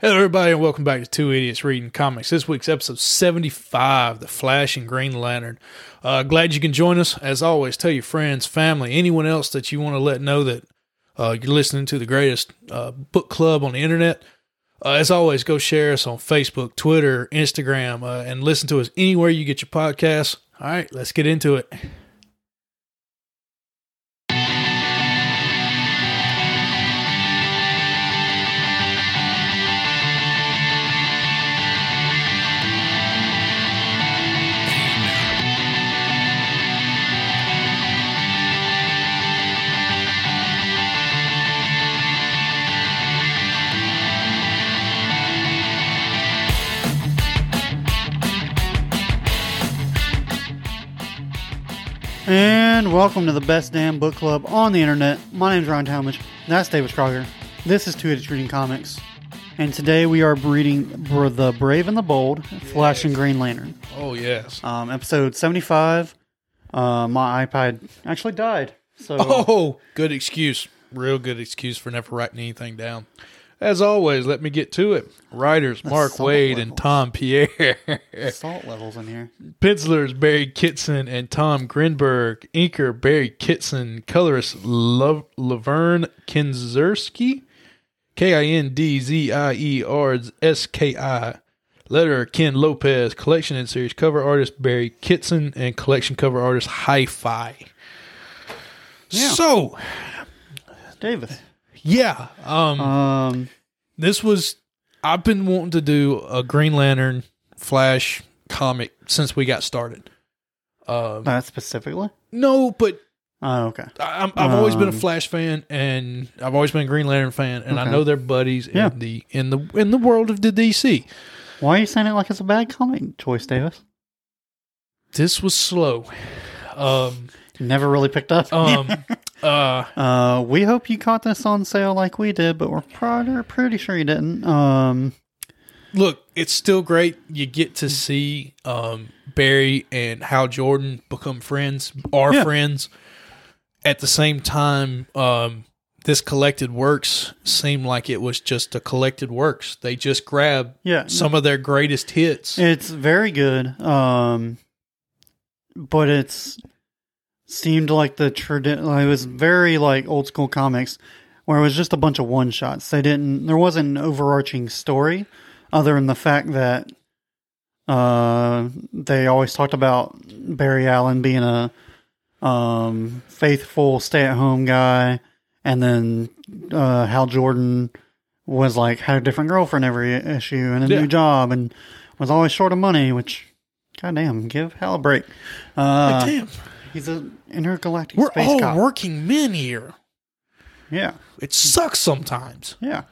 Hello, everybody, and welcome back to Two Idiots Reading Comics. This week's episode 75 The Flash and Green Lantern. Uh, glad you can join us. As always, tell your friends, family, anyone else that you want to let know that uh, you're listening to the greatest uh, book club on the internet. Uh, as always, go share us on Facebook, Twitter, Instagram, uh, and listen to us anywhere you get your podcasts. All right, let's get into it. And welcome to the best damn book club on the internet. My name's Ryan Talmadge. That's David Stroger. This is Two Edits Reading Comics. And today we are reading Br- The Brave and the Bold, Flash and Green Lantern. Oh, yes. Um, episode 75. Uh, my iPad actually died. So Oh, good excuse. Real good excuse for never writing anything down. As always, let me get to it. Writers Mark salt Wade and level. Tom Pierre. salt levels in here. Pencilers Barry Kitson and Tom Grinberg. Inker Barry Kitson. Colorist Lo- Laverne Kinzersky. K I N D Z I E R S K I. Letter Ken Lopez. Collection and series cover artist Barry Kitson and collection cover artist Hi Fi. Yeah. So, David. yeah. Um, Um, this was I've been wanting to do a Green Lantern Flash comic since we got started. Um, that specifically? no, but Oh, okay. I, I'm, I've always been a Um, Flash fan, and I've always been a Green Lantern fan, and I Okay. know they're buddies Yeah. in the in the in the world of the DC. Why are you saying it like it's a bad comic choice, Davis? This was slow. Um, You Never really picked up. um, uh, Uh, we hope you caught this on sale like we did, but we're pretty, pretty sure you didn't. Um, look, it's still great. You get to see um, Barry and Hal Jordan become friends, are Yeah. friends. At the same time, um, this collected works seemed like it was just a collected works. They just grabbed yeah, some of their greatest hits. it's very good. Um, but it's seemed like the tradition. Like, it was very like old school comics, where it was just a bunch of one shots. They didn't. There wasn't an overarching story, other than the fact that uh, they always talked about Barry Allen being a um, faithful stay at home guy, and then uh, Hal Jordan was like had a different girlfriend every issue and a Yeah. new job and was always short of money, which goddamn, give Hal a break. Uh, Like, damn, He's an intergalactic we're space all cop. working men here. yeah, It sucks sometimes. yeah.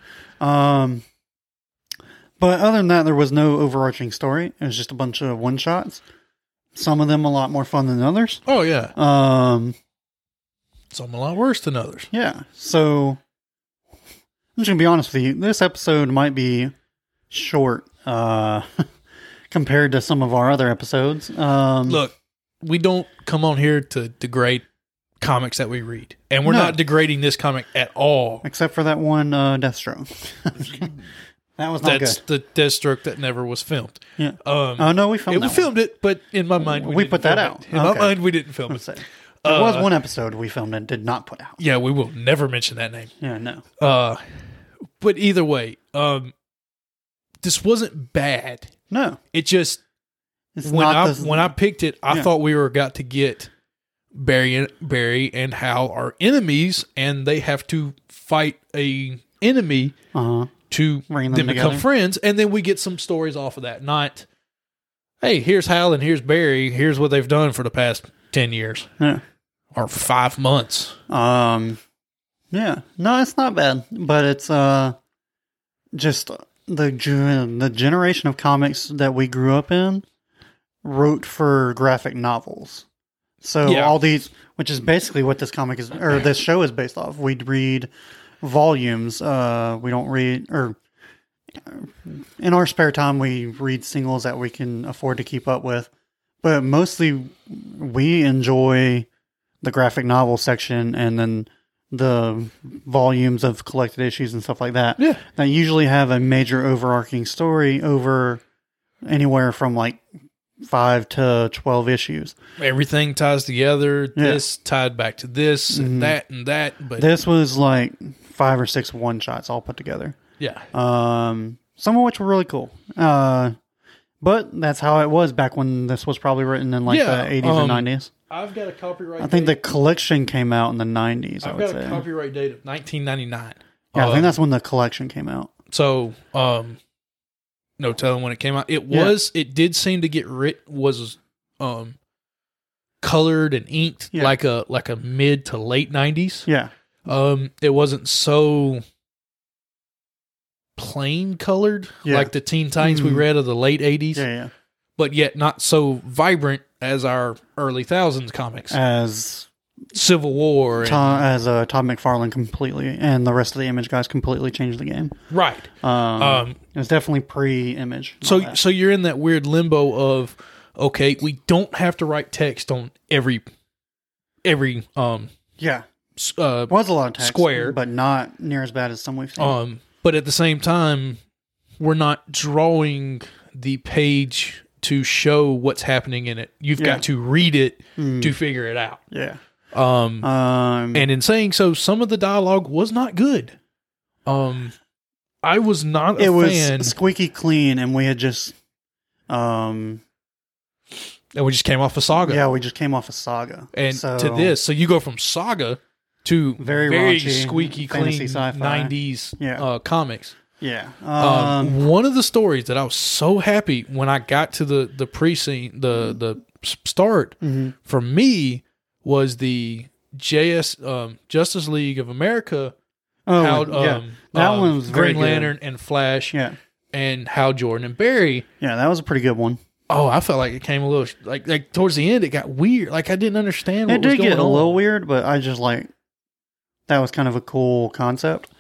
Um, but other than that, there was no overarching story. It was just a bunch of one shots. Some of them a lot more fun than others. Oh yeah, Um, some a lot worse than others. yeah. So I'm just gonna be honest with you. This episode might be short uh, compared to some of our other episodes. Um, look, we don't come on here to degrade comics that we read, and we're No. not degrading this comic at all. except for that one uh, Deathstroke. that was not That's good. the Deathstroke that never was filmed. Yeah. Um, Oh no, we it- filmed. we that one. filmed it, but in my mind, we, We didn't put that film out. it. In Okay. my mind, we didn't film Say. it. There Uh, was one episode we filmed and did not put out. Yeah, we will never mention that name. Yeah, no. Uh, but either way, um, this wasn't bad. No. It just It's when not I this- when I picked it, I Yeah. thought we were got to get Barry and Barry and Hal are enemies, and they have to fight a enemy uh-huh. to Bring them, them become together. friends, and then we get some stories off of that. Not, hey, here's Hal and here's Barry. Here's what they've done for the past ten years Yeah. or five months. Um Yeah. No, it's not bad. But it's uh just the gen- the generation of comics that we grew up in wrote for graphic novels. So Yeah. all these which is basically what this comic is or this show is based off. We'd read volumes. Uh we don't read or uh, in our spare time we read singles that we can afford to keep up with but mostly we enjoy the graphic novel section and then the volumes of collected issues and stuff like that Yeah. that usually have a major overarching story over anywhere from like five to 12 issues. Everything ties together. Yeah. This tied back to this Mhm. and that and that. But This was like five or six one shots all put together, yeah, um, some of which were really cool. Uh, but that's how it was back when this was probably written in like Yeah, the 80s um, or 90s. I've got a copyright. I think the collection came out in the 90s, I I've would got a say. copyright date of 1999. Yeah, I Uh, think that's when the collection came out. So, um, no telling when it came out. It Yeah. was, it did seem to get writ was, um, colored and inked Yeah. like a like a mid to late nineties. Yeah. Um, it wasn't so plain colored Yeah. like the Teen Titans we Mhm. read of the late eighties, Yeah, yeah. but yet not so vibrant as our early thousands comics, As Civil War, and, Uh, Tom, as uh, Todd McFarlane completely and the rest of the Image guys completely changed the game. right? Um, Um, it was definitely pre-Image. and all So that. so you're in that weird limbo of okay, we don't have to write text on every every um yeah, s- uh was a lot of text, Square. but not near as bad as some we've seen. um but at the same time we're not drawing the page to show what's happening in it. You've Yeah. got to read it Mm, to figure it out. yeah, Um um, and in saying so some of the dialogue was not good. Um I was not a it was fan squeaky clean, and we had just, um, and we just came off a saga. yeah, we just came off a saga, and So- to this. So you go from saga to Very very, raunchy, squeaky fantasy clean sci-fi. nineties Yeah. uh, comics. yeah, Um, um, one of the stories that I was so happy when I got to the the pre scene the the s- start mhm, for me was the JS um, Justice League of America. oh, how yeah, um, that um, one was very Green good. Lantern and Flash yeah, and how Jordan and Barry. yeah, that was a pretty good one. Oh, I felt like it came a little like like towards the end it got weird. Like I didn't understand. What It did was going get a on. little weird, but I just like that was kind of a cool concept.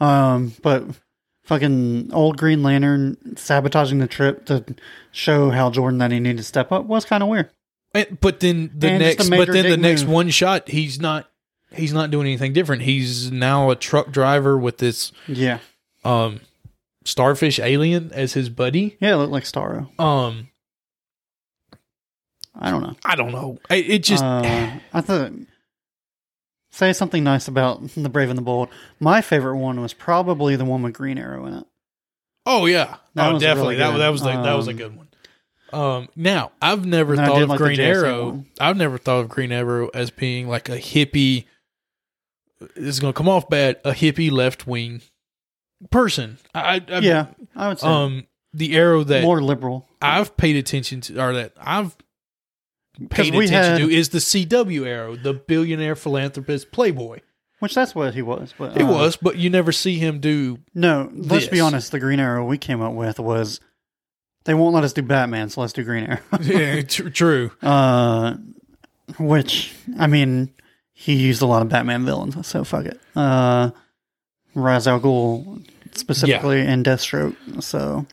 Um, but fucking old Green Lantern sabotaging the trip to show Hal Jordan that he needed to step up was kind of weird. And, but then the And just a next, major but then the dick next move. one shot, he's not, he's not doing anything different. He's now a truck driver with this Yeah, um, starfish alien as his buddy. yeah, it looked like Starro. Um, I don't know. I don't know. It, it just Uh, I thought say something nice about the Brave and the Bold. My favorite one was probably the one with Green Arrow in it. oh yeah, that oh was definitely really that good. that was the, that was a Um, good one. Um, now I've never And I thought did of like the Green JSA Arrow. one. I've never thought of Green Arrow as being like a hippie. This is gonna come off bad. A hippie left wing person. I, I yeah, I would say Um, the arrow that more liberal. I've paid attention to, or that I've 'Cause paid we attention had- to, is the CW arrow, the billionaire philanthropist playboy. Which that's what he was. But It uh, was, but you never see him do. No, let's be this. honest. The Green Arrow we came up with was they won't let us do Batman, so let's do Green Arrow. Yeah, tr- true. uh, which I mean, he used a lot of Batman villains, so fuck it. Uh, Ra's al Ghul specifically and Deathstroke. So,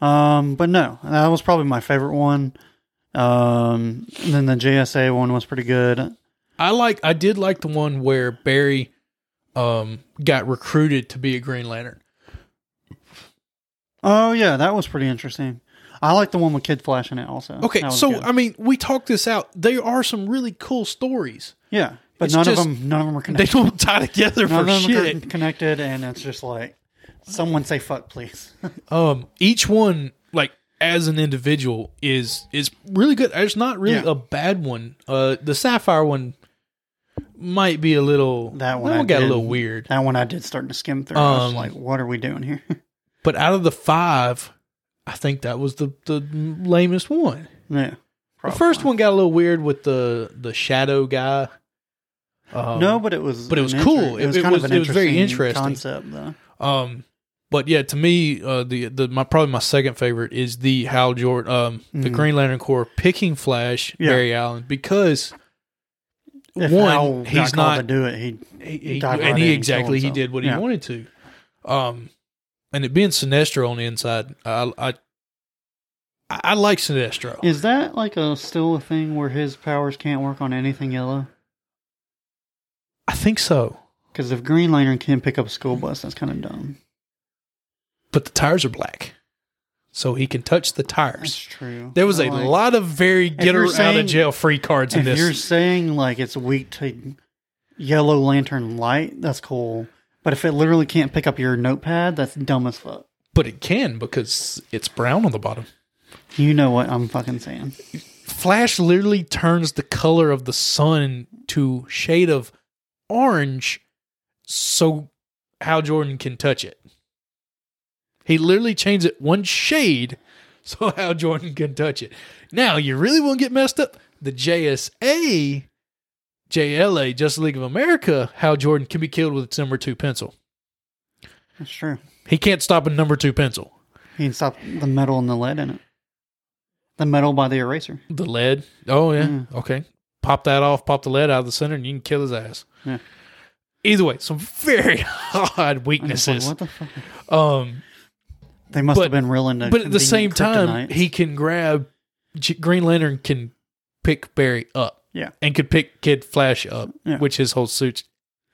um, but no, that was probably my favorite one. Um, and then the JSA one was pretty good. I like. I did like the one where Barry, um, got recruited to be a Green Lantern. Oh yeah, that was pretty interesting. I like the one with Kid Flash in it also. Okay, That was so good. I mean, we talked this out. There are some really cool stories. yeah, but it's none just- of them, none of them are They connected. don't tie together None for of them shit. are connected, and it's just like someone say fuck, please. um each one like as an individual is is really good there's not really Yeah. a bad one uh the sapphire one might be a little That one I got did. a little weird that one I did start to skim through. I was Um, like, what are we doing here? but out of the five i think that was the the lamest one yeah. the first one got a little weird with the the shadow guy um, no, but it was but it was an cool. It was It- kind it of was- an it was very interesting. concept, though. um but yeah to me uh the the my probably my second favorite is the hal jordan um the Mhm. green lantern corps picking flash Yeah. barry allen because If One, Al he's got called not- to do it. He he, he- dive right and he in and kill exactly he himself. did what Yeah. he wanted to um and it being sinestro on the inside i i i, I like sinestro is that like a still a thing where his powers can't work on anything yellow? i think so Because if Green Lantern can pick up a school bus, that's kind of dumb. But the tires are black, so he can touch the That's tires. true. There was a Like, lot of very get you're her out of saying- jail free cards in If you're this. saying like it's weak to Yellow Lantern light, that's cool. But if it literally can't pick up your notepad, that's dumb as fuck. But it can because it's brown on the bottom. You know what I'm fucking saying? Flash literally turns the color of the sun to shade of orange so Hal Jordan can touch it. He literally changed it one shade so Hal Jordan can touch it. Now, you really won't get messed up? The JSA, JLA, Justice League of America, Hal Jordan can be killed with its number two pencil. That's true. He can't stop a number two pencil. You can stop the metal and the lead in it. The metal by the eraser. The lead. Oh yeah. Mm. Okay. Pop that off. Pop the lead out of the center, and you can kill his ass. Yeah. Either way, some very odd I'm just like, weaknesses. what the fuck? Um, They must But- have been real into. but at the convenient same time, kryptonite. he can grab G- Green Lantern can pick Barry up. Yeah. and could pick Kid Flash up, Yeah. which his whole suit's.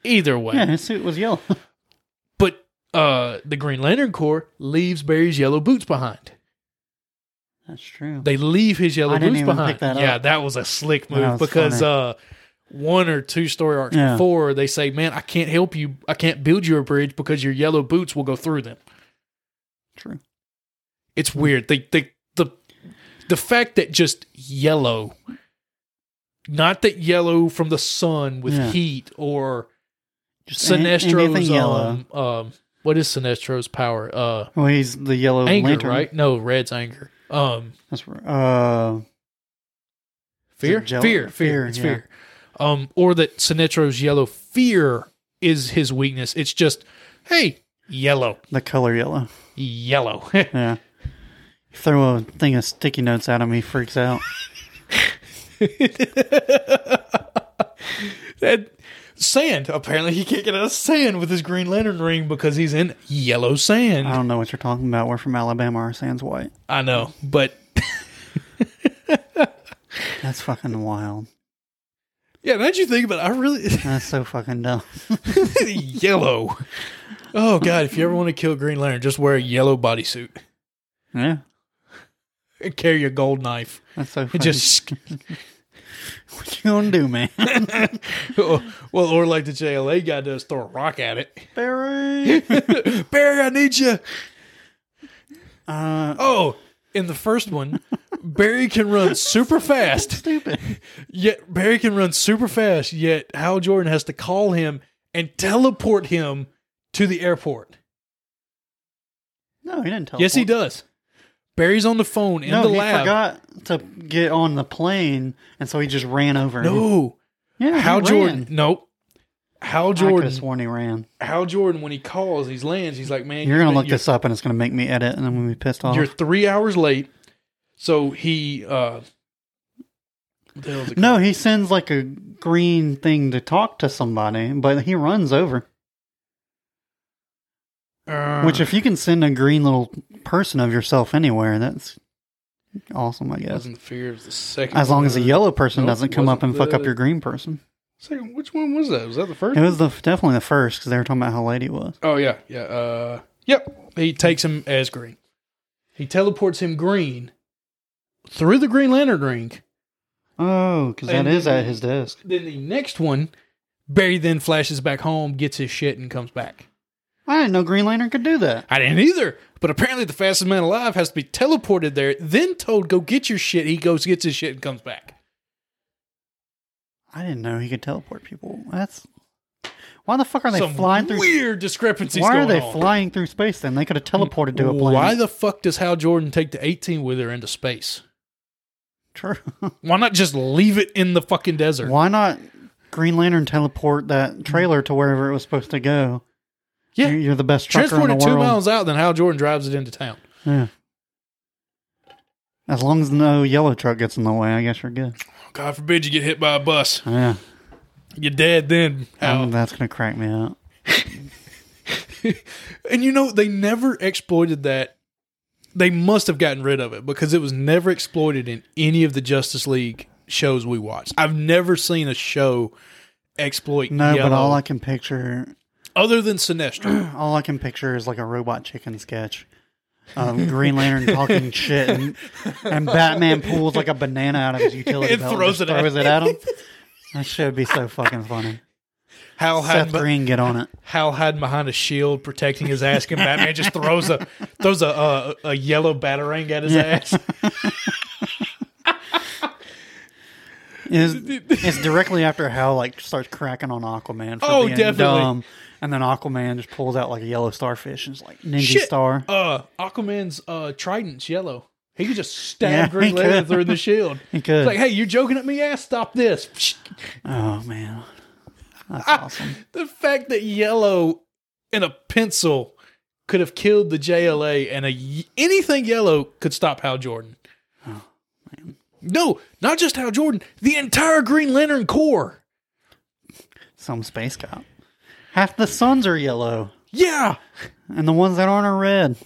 Either way, yeah, his suit was yellow. but uh, the Green Lantern Corps leaves Barry's yellow boots behind. That's true. They leave his yellow I didn't boots even behind. pick that yeah, up. that was a slick That move was because uh, one or two story arcs Yeah. before they say, "Man, I can't help you. I can't build you a bridge because your yellow boots will go through them." true. It's weird. They, they the the fact that just yellow, not that yellow from the sun with Yeah. heat or Just an- Sinestro's anything yellow. um, um what is Sinestro's power? Uh, well, he's the yellow anger, lantern. right? No, red's anger. Um, That's r- uh, it Fear? gel- fear, fear, fear, it's yeah. fear. Um, or that Sinetro's yellow fear is his weakness. It's just, hey, yellow, the color yellow. yellow. Yeah. You throw a thing of sticky notes at him, he freaks out. that sand. Apparently, he can't get out of sand with his Green Lantern ring because he's in yellow sand. I don't know what you're talking about. We're from Alabama. Our sand's white. I know, but That's fucking wild. yeah. Now that you think about, it, I really That's so fucking dumb. yellow. Oh God! If you ever want to kill Green Lantern, just wear a yellow bodysuit Yeah. and carry a gold knife That's so fucking. and just what you gonna do, man? well, or like the JLA guy does, throw a rock at it. Barry. Barry, I need you. Uh, Oh, in the first one, Barry can run super fast. stupid. Yet Barry can run super fast. Yet Hal Jordan has to call him and teleport him to the airport. No, he didn't tell. Yes, he does. Barry's on the phone in No, the he lab. forgot to get on the plane, and so he just ran over. him. No, yeah, Hal he Jordan. ran. Nope. Hal I could have Jordan. sworn he ran. Hal Jordan. When he calls, he's lands. He's like, "Man, You're gonna you've look been- this up, and it's gonna make me edit, and I'm gonna be pissed off. You're three hours late. So he, uh, what the hell is it No, called? he sends like a green thing to talk to somebody, but he runs over. Uh, Which, if you can send a green little person of yourself anywhere, that's awesome, I guess. wasn't the fear of the second. As long as a one. yellow person Nope, doesn't come up and wasn't fuck up the- your green person. Second, which one was that? Was that the first? It was the definitely the first because they were talking about how late he was. Oh yeah, yeah. Uh, yep. He takes him as green. He teleports him green through the Green Lantern ring. Oh, because that And- is at his desk. Then the next one, Barry then flashes back home, gets his shit, and comes back. I didn't know Green Lantern could do that. I didn't either. But apparently, the fastest man alive has to be teleported there, then told go get your shit. He goes gets his shit and comes back. I didn't know he could teleport people. That's why the fuck are they Some flying through? weird discrepancies. Why are going they on. flying through space? Then they could have teleported to a planet. Why the fuck does Hal Jordan take the 18 with her into space? True. Why not just leave it in the fucking desert? Why not Green Lantern teleport that trailer to wherever it was supposed to go? Yeah. You're, you're the best trucker Transport in it the two world. miles out, then Hal Jordan drives it into town. Yeah. As long as no yellow truck gets in the way, I guess you're good. God forbid you get hit by a bus. Yeah. You're dead then, Hal. Um, that's gonna crack me up. and you know, they never exploited that. They must have gotten rid of it because it was never exploited in any of the Justice League shows we watched. I've never seen a show exploit No, Yellow, but all I can picture, other than Sinestro. all I can picture is like a robot chicken sketch. Um, Green Lantern talking shit, and, and Batman pulls like a banana out of his utility And belt, and throws just it at throws it at him. That should be so fucking funny. Hal Seth hiding, be- Green, get on it. Hal hiding behind a shield, protecting his ass, and Batman just throws a throws a a, a yellow batarang at his ass. Is it's directly after Hal like starts cracking on Aquaman for Oh, being definitely. dumb, and then Aquaman just pulls out like a yellow starfish and is like ninja Shit. star. Uh, Aquaman's uh, trident's yellow. He could just stab Yeah, Green he Lantern could. through the shield. He could. It's like, hey, you're joking at me? Yeah, stop this. oh man, that's Ah. awesome. The fact that yellow and a pencil could have killed the JLA and a y- anything yellow could stop Hal Jordan. Oh, No, not just Hal Jordan, the entire Green Lantern Corps. Some space cop. Half the suns are yellow, Yeah. and the ones that aren't are red.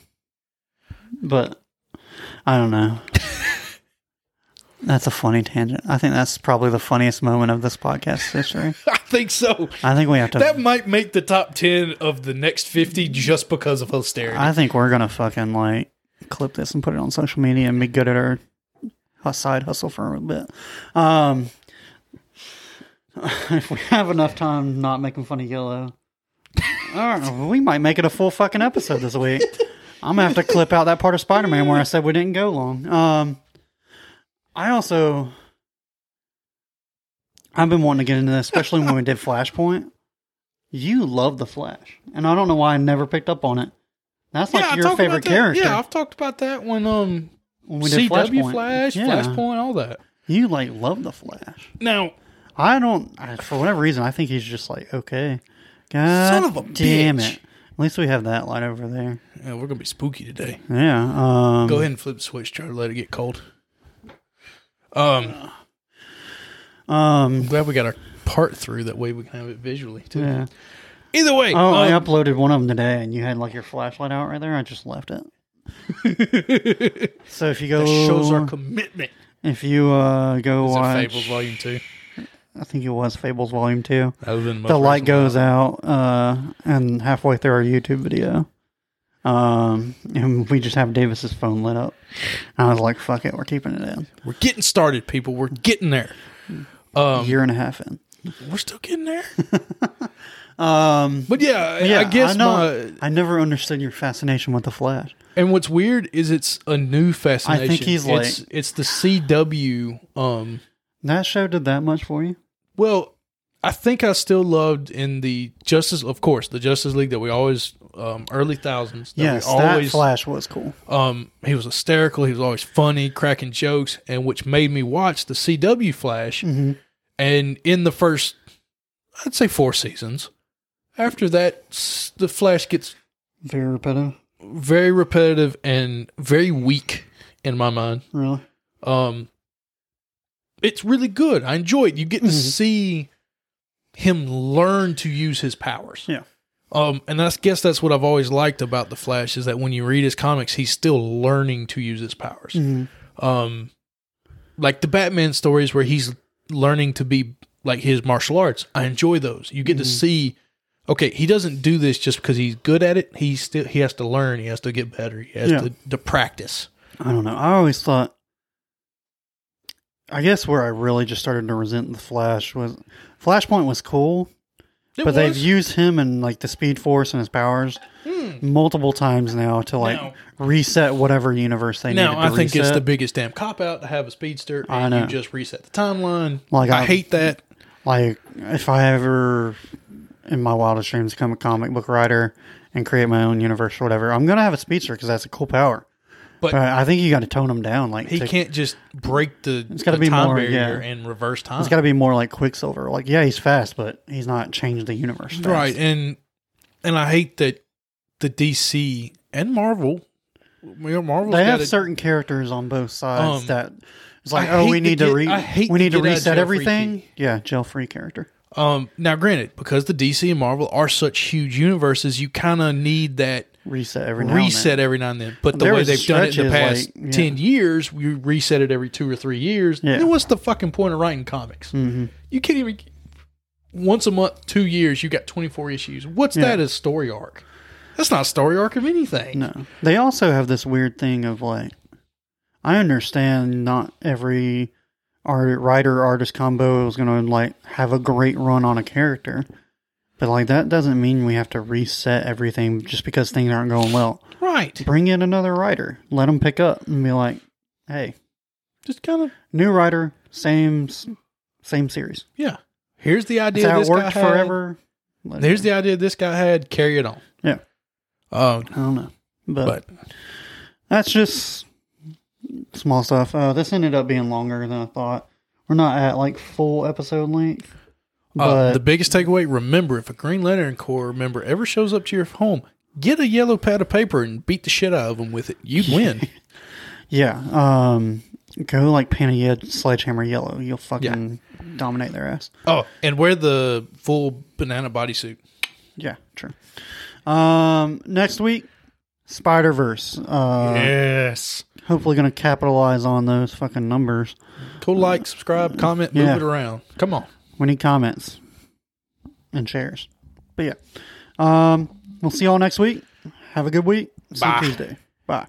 But I don't know. that's a funny tangent. I think that's probably the funniest moment of this podcast's history. I think so. I think we have to. That might make the top 10 of the next 50 just because of hysteria. I think we're gonna fucking like clip this and put it on social media and be good at our hus- side hustle for a bit. Um, if we have enough time, not making fun of yellow. All right, we might make it a full fucking episode this week. I'm gonna have to clip out that part of Spider Man where I said we didn't go long. Um, I also I've been wanting to get into this, especially when we did Flashpoint. You love the Flash, and I don't know why I never picked up on it. That's like I your talked favorite about that- character. Yeah, I've talked about that when um when CW Flash, Yeah. Flashpoint, all that. You like love the Flash. Now, I don't. I, for whatever reason, I think he's just like okay. God Son of a damn bitch. it! At least we have that light over there. yeah, we're going to be spooky today. Yeah. Um, Go ahead and flip the switch, try to let it get cold. Um, Um. glad we got our part through that way we can have it visually too. Yeah. Either way, Oh, I um, uploaded one of them today, and you had like your flashlight out right there. I just left it. so if you go, that shows our commitment. if you uh go Is it watch, Fables Oh, Volume Two? I think it was Fables Volume Two. That was in the light goes out uh, and halfway through our YouTube video. Um, and we just have Davis's phone lit up. And I was like, fuck it, we're keeping it in. We're getting started, people. We're getting there. Um, A year and a half in. we're still getting there. Um, But yeah, I- yeah, I guess know- my I never understood your fascination with the Flash. and what's weird is it's a new fascination. he's it's, like- it's the CW. Um, That show did that much for you? Well, I think I still loved in the Justice, of course, the Justice League that we always um, early thousands. That yes, we always. that Flash was cool. um, he was hysterical. He was always funny, cracking jokes, and which made me watch the CW Flash. Mhm. And in the first, I'd say four seasons, after that, s- the Flash gets Very repetitive. very repetitive and very weak in my mind. Really? Um, it's really good. I enjoy it. You get to Mhm. see him learn to use his powers. Yeah. Um, and I guess that's what I've always liked about the Flash is that when you read his comics, he's still learning to use his powers. Mhm. Um, like the Batman stories where he's learning to be like his martial arts. I enjoy those. You get to Mhm. see, okay, he doesn't do this just because he's good at it. He still he has to learn. He has to get better. He has Yeah. to, to practice. I don't know. I always thought. I guess where I really just started to resent the Flash was Flashpoint was cool, It but they've was- used him and like the Speed Force and his powers Hmm. multiple times now to like No. reset whatever universe they needed Now to I think it's reset. the biggest damn cop out to have a speedster I and you know. just reset the timeline. Like, I I'm- hate that. like if I ever in my wildest dreams become a comic book writer and create my own universe or whatever, I'm gonna have a speedster because that's a cool power. But- But, I think you got to tone him down. Like He to- can't just break the, the gotta be time more, barrier yeah. and reverse time. It's got to be more like Quicksilver. Like yeah, he's fast, but he's not changed the universe. fast. right. And and I hate that the DC and Marvel Marvel they have certain characters on both sides Um, that it's like, I oh, hate we to need to, get- re- I hate we to need to, get a reset jail-free everything. Yeah, jail free character. um now granted, because the DC and Marvel are such huge universes, you kinda need that Reset every now and then. reset every now and then. But the There way was they've done it in the stretches, past like, yeah. ten years, we reset it every two or three years. Yeah. Mm-hmm. Then what's the fucking point of writing comics? You can't even once a month, two years, you got 24 issues. What's Yeah. that as story arc? That's not a story arc of anything. No. They also have this weird thing of like, I understand not every art, writer artist combo is going to like have a great run on a character. But like, that doesn't mean we have to reset everything just because things aren't going well. Right. Bring in another writer, let them pick up and be like, hey, Just kind of, new writer, same, s- same series. yeah. Here's the That's idea how it this guy worked had. forever. Let it- There's the idea this guy had. Carry it on. Yeah. Uh, I don't know. but but That's just small stuff. Uh, this ended up being longer than I thought. We're not at like full episode length, uh, but the biggest takeaway remember, if a Green Lantern Corps member ever shows up to your home, get a yellow pad of paper and beat the shit out of them with it. You win. yeah, um, go like Panayed Sledgehammer Yellow. You'll fucking dominate their ass. oh, and wear the full banana bodysuit. Yeah, true. Um, next week, Spider Verse. Uh, yes. Hopefully, gonna capitalize on those fucking numbers. Cool, like, subscribe, comment, move Yeah. it around. Come on. We need comments and shares. But yeah, um, we'll see y'all next week. Have a good week. See you Bye. Tuesday. Bye.